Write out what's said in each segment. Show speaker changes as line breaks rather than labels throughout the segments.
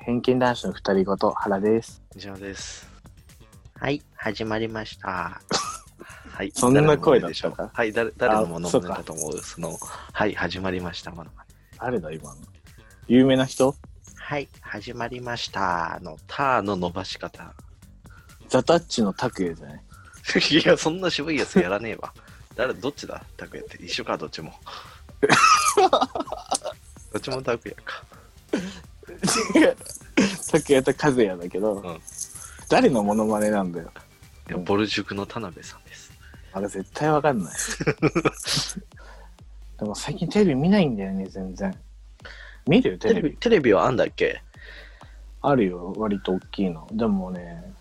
偏見男子の二人ごと原です。
以上です。
はい、始まりました。
はい。
そんな
誰の
声
真似でしょう
だっ
はい、誰、誰
あ
のもの
そうか
だと思う。その、はい、始まりました、ものまね
誰だ今の。有名な人
はい、始まりました。の、ターの伸ばし方。
ザタッチの拓也じゃない
いや、そんな渋いやつやらねえわ。誰、どっちだ拓也って。一緒か、ど っちも。どっちも拓也か。
拓也と和也だけど、
ん
誰のモノマネなんだよ。
いやボル塾の田辺さんです。
あれ絶対わか んない。でも最近テレビ見ないんだよね、全然。見るテレビ。
テレビはあんだっけ
あるよ、割と大きいの。でもね、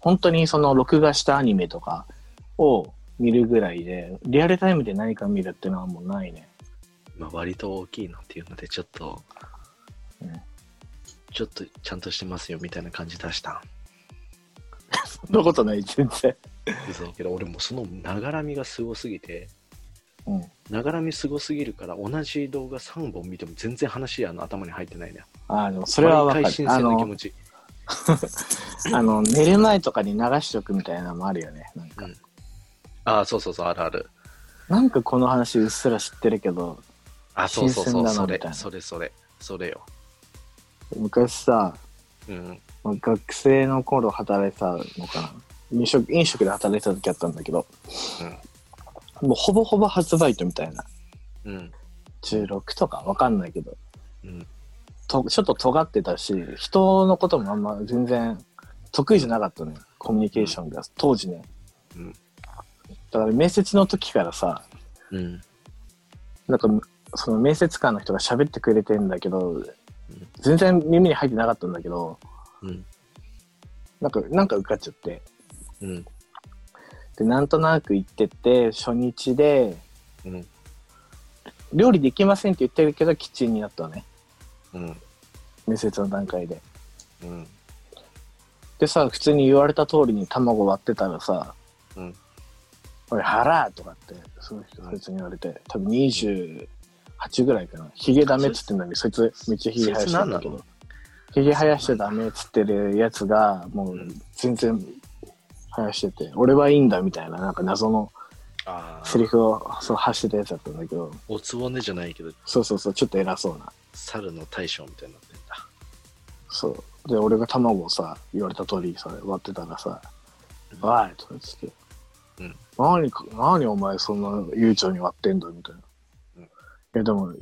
本当にその録画したアニメとかを見るぐらいで、リアルタイムで何か見るってのはもうないね。
まあ、割と大きいのっていうので、ちょっと、
うん
ちょっとちゃんとしてますよみたいな感じ出した。
そんなことない、全然。
嘘けど俺もうそのながらみがすごすぎて
うん。
ながらみすごすぎるから同じ動画3本見ても全然話あの頭に入ってないね
ああ、でもそ
そ
れはわかる
毎回。新
あ
鮮な気
の
持、ち
あの寝る前とかに流しておくみたいなのもあるよね。なんか、
ああそうそうそうあるある
なんかこの話うっすら知ってるけど、
あそうそうそ
新鮮
う
だな
そ
み
れ
たいな
それそれそれよ
昔さ、
うん
まあ学生の頃働いてたのかな。飲食飲食で働いてた時あったんだけど、もうほぼほぼ発売日みたいな。
うん
16とかわかんないけど、
うん
とちょっと尖ってたし、人のこともあんま全然得意じゃなかったね。コミュニケーションが、当時ね。
うん
だから面接の時からさ、
うん
なんかその面接官の人が喋ってくれてんだけど全然耳に入ってなかったんだけど
うん
なんかなんか受かっちゃって
うん
でなんとなく行ってって初日で
うん
料理できませんって言ってるけどキッチンになったのね
うん
面接の段階で
うん
でさ普通に言われた通りに卵割ってたらさ「
うん
俺腹!」とかってその人そいつに言われて多分28ぐらいかなヒゲダメっつってんのにそいつめっちゃヒゲ生やしてたんだけ
そい
どヒゲ生やしちゃダメっつってるやつがもう
うん
全然生やしてて「俺はいいんだ」みたいななんか謎の
ああ
セリフをそう発してたやつだったんだけど
おつぼねじゃないけど
そうそうそうちょっと偉そうな
猿の大将みたいになってんだ
そうで俺が卵をさ言われた通りさ割ってたらさ「
うん
わい!」とか言って「
うん
何か何お前そんな悠長に割ってんだ」みたいな「
うん
いやでも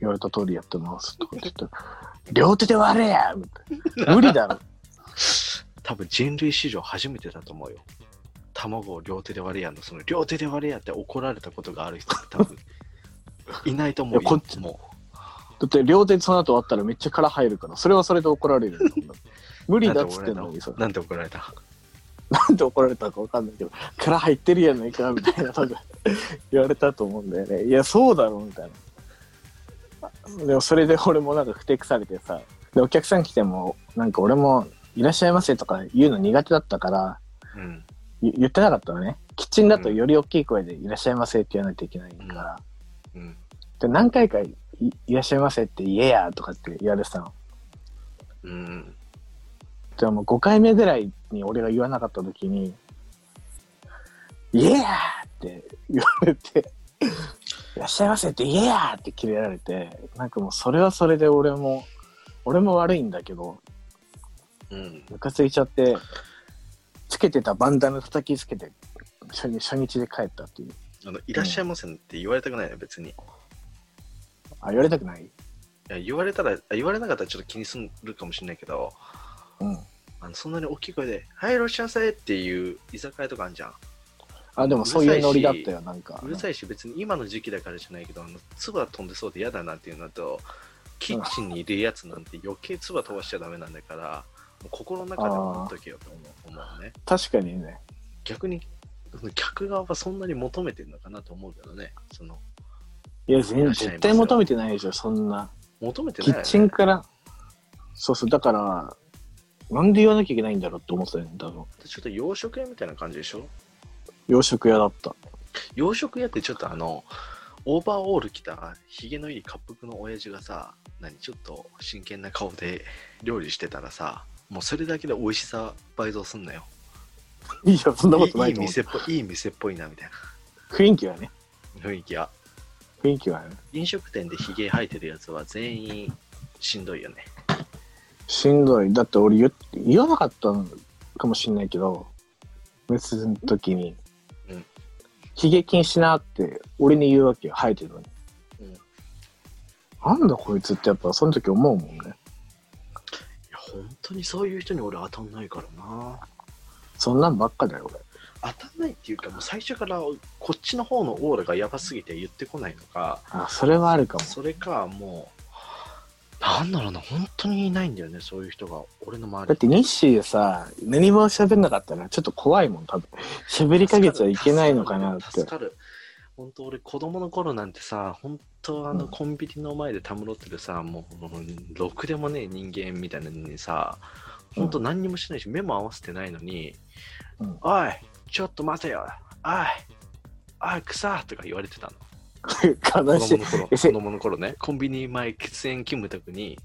言われた通りやってます」とか言って「両手で割れや!」みたいな「無理だ ろ
多分人類史上初めてだと思うよ。卵を両手で割れやんの、その両手で割れやって怒られたことがある人多 分いないと思う
い
よ。
やこっち
も」
だって両手その後割ったらめっちゃ殻入るからそれはそれで怒られるんだもんだって無
う
理だっつってんのにさ
なんで怒られた
なんで怒られたかわかんないけど殻入ってるやないかみたいな多分 言われたと思うんだよねいやそうだろうみたいなでもそれで俺もなんかふてくされてさでお客さん来てもなんか俺も「いらっしゃいませ」とか言うの苦手だったから
うん。
ゆ言ってなかったのねキッチンだとより大きい声で「いらっしゃいませ」って言わないといけないから、
うん。
で何回かい「いらっしゃいませ」って言えやとかって言われてたの
うん。
じゃあもう5回目ぐらいに俺が言わなかった時に「イエー!」って言われて「いらっしゃいませ」って「イエー!」ってキレられてなんかもうそれはそれで俺も俺も悪いんだけど
うん。
ムカついちゃってつけてたバンダナ叩きつけて初日初日で帰ったっていう
あの、いらっしゃいませんって言われたくないね、別に。い
あ言われたくない
や言われたら、あ言われなかったらちょっと気にするかもしれないけど、
うん
あのそんなに大きい声で、はい、いらっしゃいませっていう居酒屋とかあるじゃん。
あでもそういうノリだったよなんか
うるさいし、別に今の時期だからじゃないけど、あの、唾飛んでそうで嫌だなっていうのと、キッチンにいるやつなんて余計唾飛ばしちゃダメなんだから、もう心の中で思っとけよと思う思うね。
確かにね
逆に、その客側はそんなに求めてるのかなと思うけどね。その、
いや全
い
然
らっしゃいませ
絶対求めてないでしょそんな
求めてない
キ
よ、ね。
ッチンから、そうそう、だから、なんで言わなきゃいけないんだろうって思ってたよね、多分。
ちょっと洋食屋みたいな感じでしょ
洋食屋だった。
洋食屋ってちょっとあの、オーバーオール着たひげのいい滑覆の親父がさ何ちょっと真剣な顔で料理してたらさもうそれだけで美味しさ倍増すんなよ
いや、そんなことない
いい
と思う。
店っぽいいい店っぽいなみたい
雰囲気はね。
な雰囲気は
雰囲気はね。
飲食店でひげ生えてるやつは全員しんどいよね
しんどい。だって俺言っ言わなかったのかもしんないけど、別の時に
うん、
悲劇にしなって俺に言うわけよ、生えてるのに。
うん
なんだこいつってやっぱその時思うもんね。
いや本当にそういう人に俺当たんないからな
そんなんばっかだよ、俺。
当たんないっていうかもう最初からこっちの方のオーラがやばすぎて言ってこないのか
あ、それはあるかも。
それかもうなんだろうな本当にいないんだよねそういう人が俺の周り
だってニッシーでさ、何も喋んなかったらちょっと怖いもん、多分。喋りかけちゃいけないのかなっ
助
て。
かる本当俺子供の頃なんてさ本当あの
うん
コンビニの前でたむろってるさ、もうもうろくでもねえ人間みたいなのにさ本当何にもしないし目も合わせてないのに「
うん
おいちょっと待てよおいおい草」とか言われてたの
悲
子
し
供
いえ
の頃子供の頃ねコンビニ前喫煙勤務宅に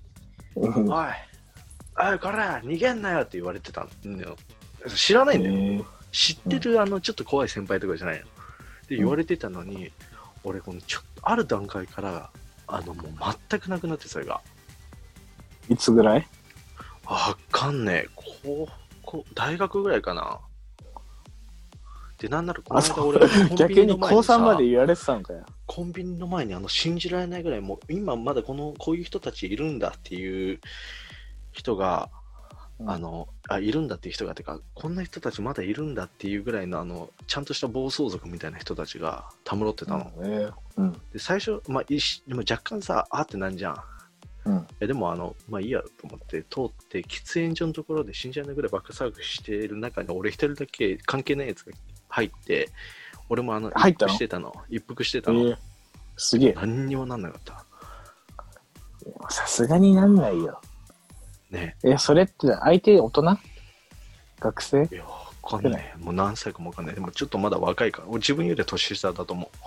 う
「
ん。
おいおいこら逃げんなよ」って言われてたのよ知らないんだよ
えー
知ってるあのちょっと怖い先輩とかじゃないの。で言われてたのに、俺このちょっとある段階からあのもう全くなくなってそれが
いつぐらい
わかんねえ高校大学ぐらいかな。でなんならこの
あそ
間
う
俺コン
逆
ビニ
に
の前
高
に
3ま
さ
で言われてたんかよ。
コンビニの前にあの信じられないぐらいもう今まだこのこういう人たちいるんだっていう人が
うん
あのあいるんだっていう人がてかこんな人たちまだいるんだっていうぐらいのあのちゃんとした暴走族みたいな人たちがたむろってたの、
えーうん。
で最初、まあ、いしでも若干さあーってなんじゃん
うん。
えでもあのまあいいやと思って通って喫煙所のところで信じられないぐらいバックサークしてる中に俺一人だけ関係ないやつが入って俺もあの
入っ
一
た
服
の
してたの一服して
え
たの、
ーすげえ。
何にもなんなかった
さすがになんないよ。
ね
え、それって相手大人学生
いやわかんないもう何歳かもわかんないでもちょっとまだ若いから俺自分よりは年下だと思う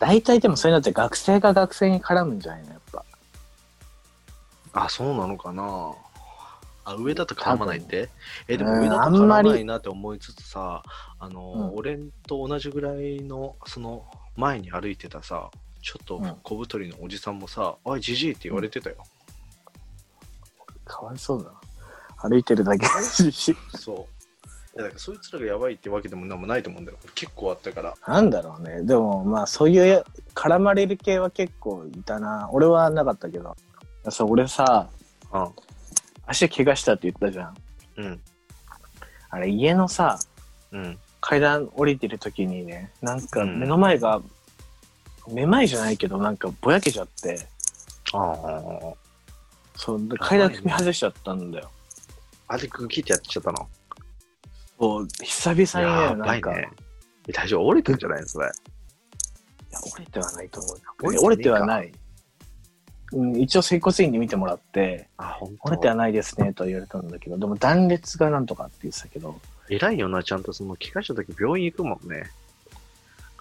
大体でもそういうのって学生が学生に絡むんじゃないのやっぱ。
あそうなのかなあ上だと絡まないってえで
う
も
ん
上だと
あんま
絡ま
り
ないなって思いつつさあの、
うん
俺と同じぐらいのその前に歩いてたさちょっと
うん
小太りのおじさんもさ「おいじじい」って言われてたよ、
かわいそうだな。歩いてるだけだし。
そういやだからそいつらがやばいってわけでもなんもないと思うんだよ結構あったから
なんだろうね。でもまあそういうや絡まれる系は結構いたな。俺はなかったけど。さ俺さ、
うん
足怪我したって言ったじゃん。
うん
あれ家のさ、
うん
階段降りてる時にね、なんか
うん
目の前が、めまいじゃないけどなんかぼやけちゃって、
ああ
そう、で階段踏み外しちゃったんだよ。
あれグキってやっちゃったの
そう、久々にね、なんか、
え大丈夫折れてんじゃないのそれ。
いや折れてはないと思うよ
折れてねえか
折れてはない。うん、一応、整骨院で見てもらって、
あ、本
折れてはないですねとは言われたんだけど、でも断裂がなんとかって言ってたけど、
偉いよな、ちゃんとその、怪我した時病院行くもんね。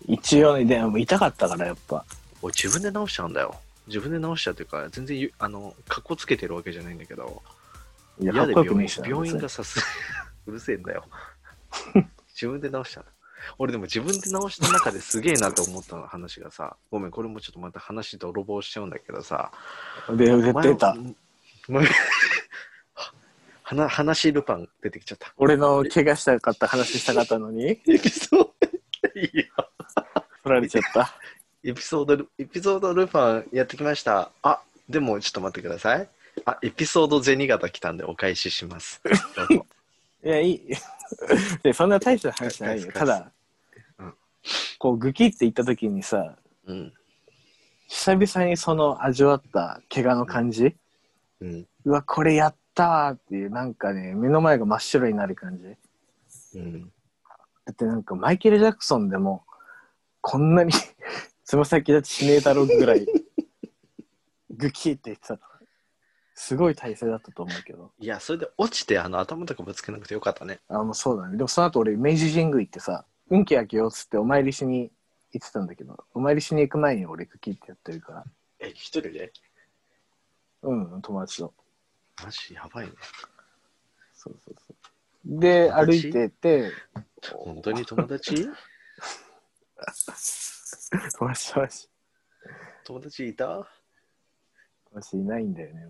一応ね、でも痛かったからやっぱ、
俺自分で治しちゃうんだよ。自分で治しちゃうっていうか、全然ゆ、あの、かっこつけてるわけじゃないんだけど、
いや、か
嫌
っ
で
こよく
病
見え
院
てた
病院が
別
さす、 うるせえんだ よ。自分で治したの。俺でも自分で治した中ですげえなと思った話がさ、ごめん、これもちょっとまた話泥棒しちゃうんだけどさ、
にで、で出た。
前も。 話、話ルパン出てきちゃった。
俺の怪我したかった話したかったのに、
エピソード、いいよ。
取られちゃった。
エピソードル、エピソードルパンやってきました。あ、でもちょっと待ってください。あ、エピソード銭形来たんでお返しします。どうぞ
いや、い い。で、そんな大した話じゃないよ。
返す
ただ
うん、
こう、グキって言った時にさ、
うん。
久々にその味わった怪我の感じ、
うん。
うわ、これやったーっていう、なんかね、目の前が真っ白になる感じ。だ
うん。
ってなんかマイケル・ジャクソンでも、こんなに つま先立ちしねえだろうぐらい、グキーって言ってた。すごい体勢だったと思うけど。
いや、それで落ちて、あの、頭とかぶつけなくてよかったね。
あ、もうそうだね。でもその後俺、明治神宮行ってさ、運気開けようっつってお参りしに行聞いてたんだけど、お参りしに行く前に俺が聞いてやってるから、
え、一人で
うん、友達と。
マジやばいね。
そうそうそう。で、
友
歩
達
いてて、
本当に友 達
友達、友達、
友達いた
友達いないんだよね、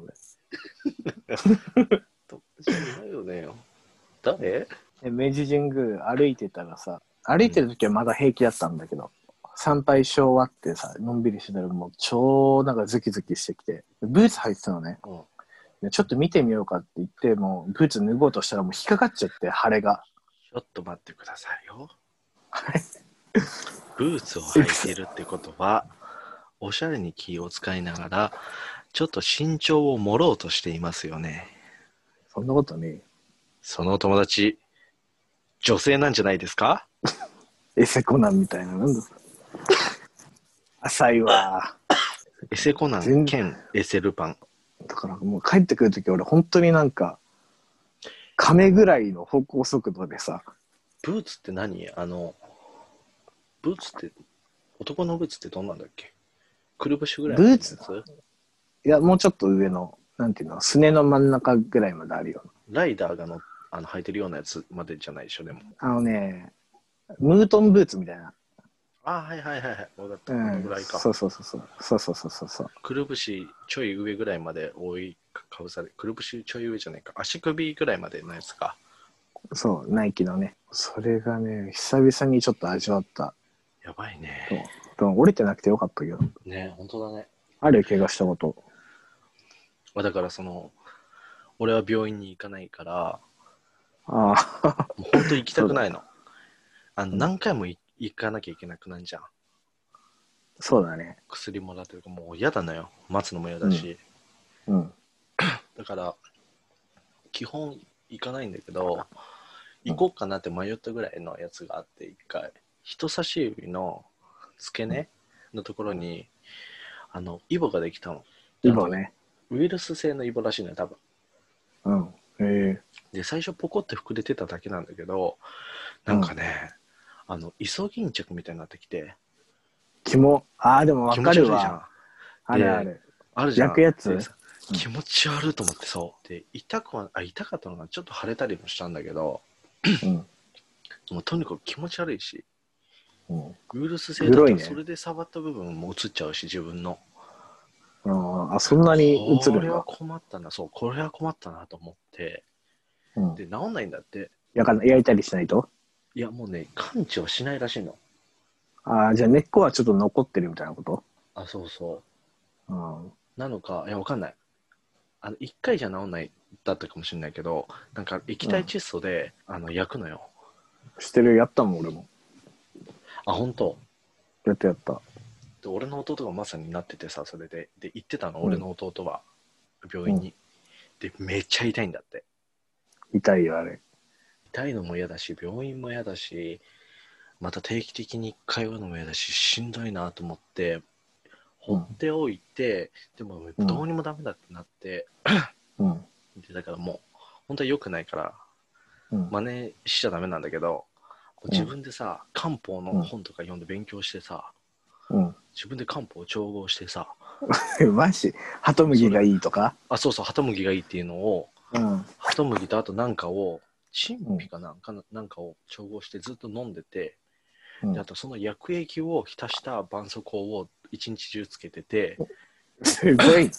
俺。
友達いないよね。誰
で明治神宮歩いてたらさ歩いてる時はまだ平気だったんだけど、参拝し終わってさのんびりしてたらもう超なんかズキズキしてきてブーツ履いてたのね
うん。
でちょっと見てみようかって言ってもうブーツ脱ごうとしたらもう引っかかっちゃって腫れが
ちょっと待ってくださいよ。
はい
ブーツを履いてるってことは、おしゃれに気を使いながら、ちょっと身長を盛ろうとしていますよね。
そんなことね
そのお友達、女性なんじゃないですか
エセコナンみたいななんだそれ浅いわ
エセコナン
全
兼エセルパン。
だからもう帰ってくる時俺本当になんか亀ぐらいの方向速度でさ
ブーツって何あの、ブーツって、男のブーツってどんなんだっけくるぶしぐらいのやつ
ブいやもうちょっと上のなんていうのすねの真ん中ぐらいまであるよ
ライダーがのあの履いてるようなやつまでじゃないでしょ、でも。
あのね、ムートンブーツみたいな。
あはいはいはいはい。分かった。
う
この
ん
ぐらい。か。
そうそうそうそう。そうそうそうそうそう。
くるぶしちょい上ぐらいまで覆いかぶされ、くるぶしちょい上じゃないか、足首ぐらいまでのやつか。
そう、ナイキのね。それがね、久々にちょっと味わった。
やばい
で
ね。
もでも折れてなくてよかったけど。
ね本当だね。
あるよ、怪我したこと。
まあだからその、俺は病院に行かないから、
ああ、
もう本当行きたくないの。あの何回もい行かなきゃいけなくなるじゃん。
そうだね。
薬もらってるから、もう嫌だのよ。待つのも嫌だし。
うん。
だから、基本行かないんだけど、行こうかなって迷ったぐらいのやつがあって、一回、人差し指の付け根のところに、あの、イボができたの。
イボね。
ウイルス性のイボらしいのよ、多分。
うん。へえ。
で、最初ポコって膨れてただけなんだけど、なんかね、あの、イソギンチャクみたいになってきて、
キモ。ああ、でもわかるわ。あ
いじ
る
ゃん
ある。
あるじゃん。
焼くやつ
でさ気持ち悪いと思って、そう。で、痛くは、あ、痛かったのがちょっと腫れたりもしたんだけど、
うん。
もうとにかく気持ち悪いし、
うん
ウイルス性だ
グロい
と
ね
それで触った部分も映っちゃうし、自分の。
あーあ、そんなに映
こ
る
れ
ん
は
だ。
困ったな、そう、これは困ったなと思って、
うん。
で、治んないんだって、
やかん焼いたりしないと
いや、もうね、完治はしないらしいの。
ああ、じゃあ根っこはちょっと残ってるみたいなこと
あ、そうそう
うん。。
なのか、いや、わかんない。あの、一回じゃ治んないだったかもしれないけど、なんか液体窒素で、あの、焼くのよ。
してる、やったもん、俺も。
あ、本当
やったやった。
で、俺の弟がまさになっててさ、それで、で、行ってたの、
うん
俺の弟は、病院に。で、めっちゃ痛いんだって。
痛いよ、あれ。
痛いのも嫌だし病院も嫌だしまた定期的に通うのも嫌だししんどいなと思って放っておいて、
う
で
ん
もどうにもダメだってなって、
うん。
でだからもう本当は良くないから
うん
真似しちゃダメなんだけど
ん
自分でさ漢方の本とか読んで勉強してさ
う
自分で漢方を調合してさ
ん。 マジハトムギがいいとか
あそうそうハトムギがいいっていうのを
うん。
ハトムギとあとなんかを陳皮かなんかななんかを調合してずっと飲んでて
うん
であとその薬液を浸した絆創膏を一日中つけてて
すごい。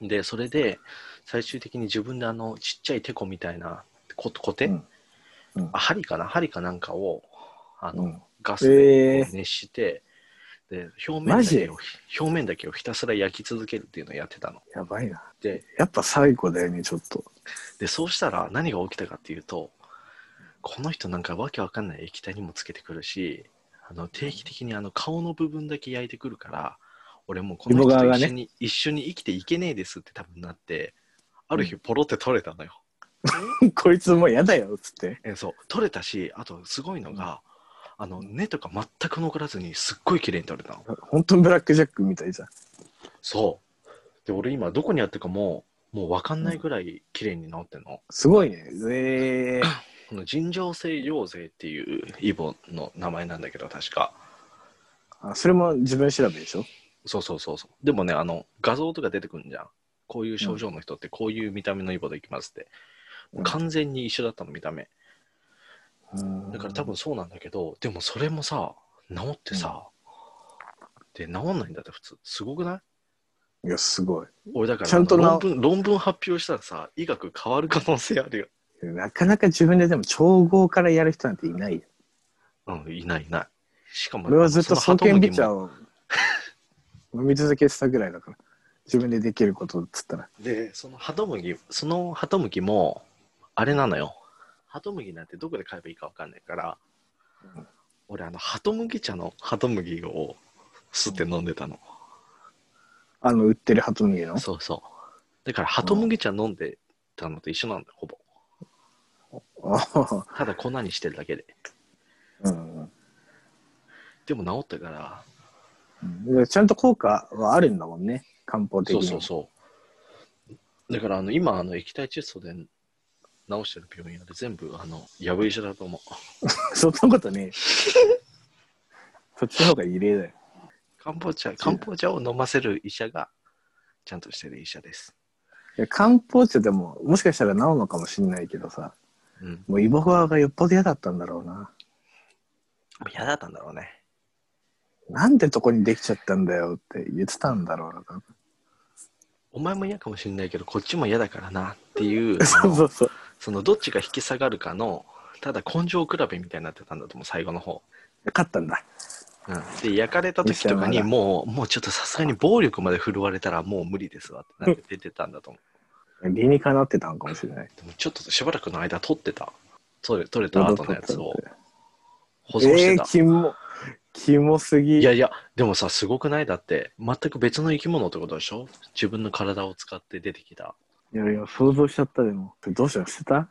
でそれで最終的に自分であのちっちゃいテコみたいなココテ、
うんうん
あ針かな針かなんかをあの、
うん
ガスで
え
こ
ー
う熱して、で表面
マ
だ
ジ
けを表面だけをひたすら焼き続けるっていうのをやってたの
やばいな。
で
やっぱ最後だよね、ちょっと。
でそうしたら何が起きたかっていうとこの人なんかわけわかんない液体にもつけてくるしあの定期的にあの顔の部分だけ焼いてくるから俺もうこの人
芋側
と
がね
一緒に,、一緒に生きていけねえですって多分なってある日
う
ポロって取れたのよ、
こいつもうやだよ、つって。
えそう取れたしあとすごいのが、あの根とか全く残らずにすっごい綺麗に取れたの
本当にブラックジャックみたいじゃん。
そうで俺今どこにあったかももうわかんないぐらい綺麗に治ってんの、
すごいね。え
この尋常性陽性っていうイボの名前なんだけど確か
あそれも自分調べでしょ
そうそうそうそう。でもね、あの、画像とか出てくるんじゃん。こういう症状の人って、こういう見た目のいいこといきますって。
うん
完全に一緒だったの、見た目。だ
だ
から多分そうなんだけど、でもそれもさ、治ってさ、で、治んないんだって普通。すごくない
いやすごい
俺だから
ちゃんと治
論文論文発表したらさ、医学変わる可能性あるよ。
なかなか自分ででも調合からやる人なんていないよ
うん、いないいない。しかも、
俺はずっと
そ
双
のハト
剣
ム
ビ
ギ
チャー
も
を 飲み続けてたぐらいだから自分でできることっつったら
で、そのハトムギ、そのハトムギも、あれなのよ。ハトムギなんてどこで買えばいいかわかんないから、
うん
俺、あの、ハトムギ茶のハトムギを吸って飲んでたの。
あの売ってるハトムギの
そうそう。だから、ハトムギ茶飲んでたのと一緒なんだよ、ほぼ。
あ
ただ粉にしてるだけで。
うん
でも治ったから、
うんいやちゃんと効果はあるんだもんね漢方的
そう
に
そうそう。だからあの今あの液体窒素で治してる病院は全部あのやぶ医者だと思う。
そんなことねえそっちの方が異例だよ
漢方茶漢方茶を飲ませる医者がちゃんとしてる医者です。
いや漢方茶でももしかしたら治るのかもしれないけどさ
うん。
もうイボファがよっぽど嫌だったんだろうな
嫌だったんだろうね。
なんでとこにできちゃったんだよって言ってたんだろうな多分
お前も嫌かもしれないけどこっちも嫌だからなって いう
そうそうそう
そのどっちが引き下がるかのただ根性比べみたいになってたんだと思う最後の方。
勝ったんだ
うん、で焼かれた時とかに
医者は
もうもうちょっとさすがに暴力まで振るわれたらもう無理ですわってなって出てたんだと思う。
理にかなってたのかもしれない
でもちょっとしばらくの間取ってた取れ取れた後のやつを保存して
え
た
ー、、キモキモすぎ
いやいやでもさすごくないだって全く別の生き物ってことでしょ自分の体を使って出てきた
いやいや想像しちゃったでもどうしたの捨てた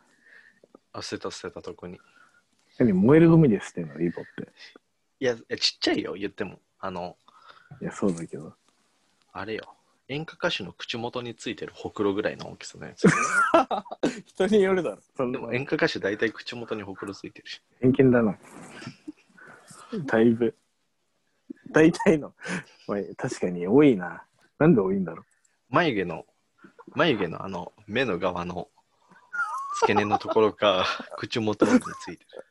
あ捨てた捨てたとこに
何燃えるゴミで捨てんのイボって
いやいやちっちゃいよ言ってもあの
いやそうだけど
あれよ演歌歌手の口元についてるほくろぐらいの大きさのやつ
人によるだろそん
で
な
も演歌歌手大体口元にほくろついてるし
偏見だなだいぶ大体のおい確かに多いななんで多いんだろ
眉毛の眉毛のあの目の側の付け根のところか 口元についてる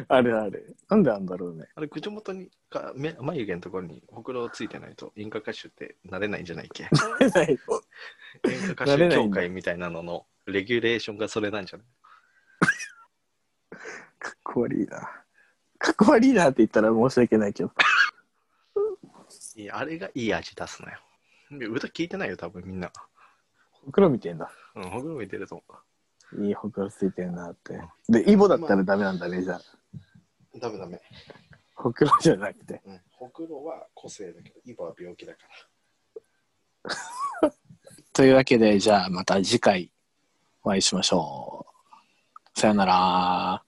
うあれあれなんであんだろうね
あれ、口元にか目眉毛のところにほくろついてないと演歌歌手ってなれないんじゃないっけ
ない
演歌歌
なれな
手
い
協
んだ
会みたいなののレギュレーションがそれなんじゃない
かっこ悪いなかっこ悪いなって言ったら申し訳ないけど
いやあれがいい味出すのよ。で歌聞いてないよ、多分みんな。
ほくろ見てんだ
うん、ほくろ見てると思
いいほくろついてんなってでイボだったらダメなんだねじゃあ
う。ダメダメ。
ほくろじゃなくて
うん、ほくろは個性だけど、イボは病気だから。
というわけでじゃあまた次回お会いしましょうさよなら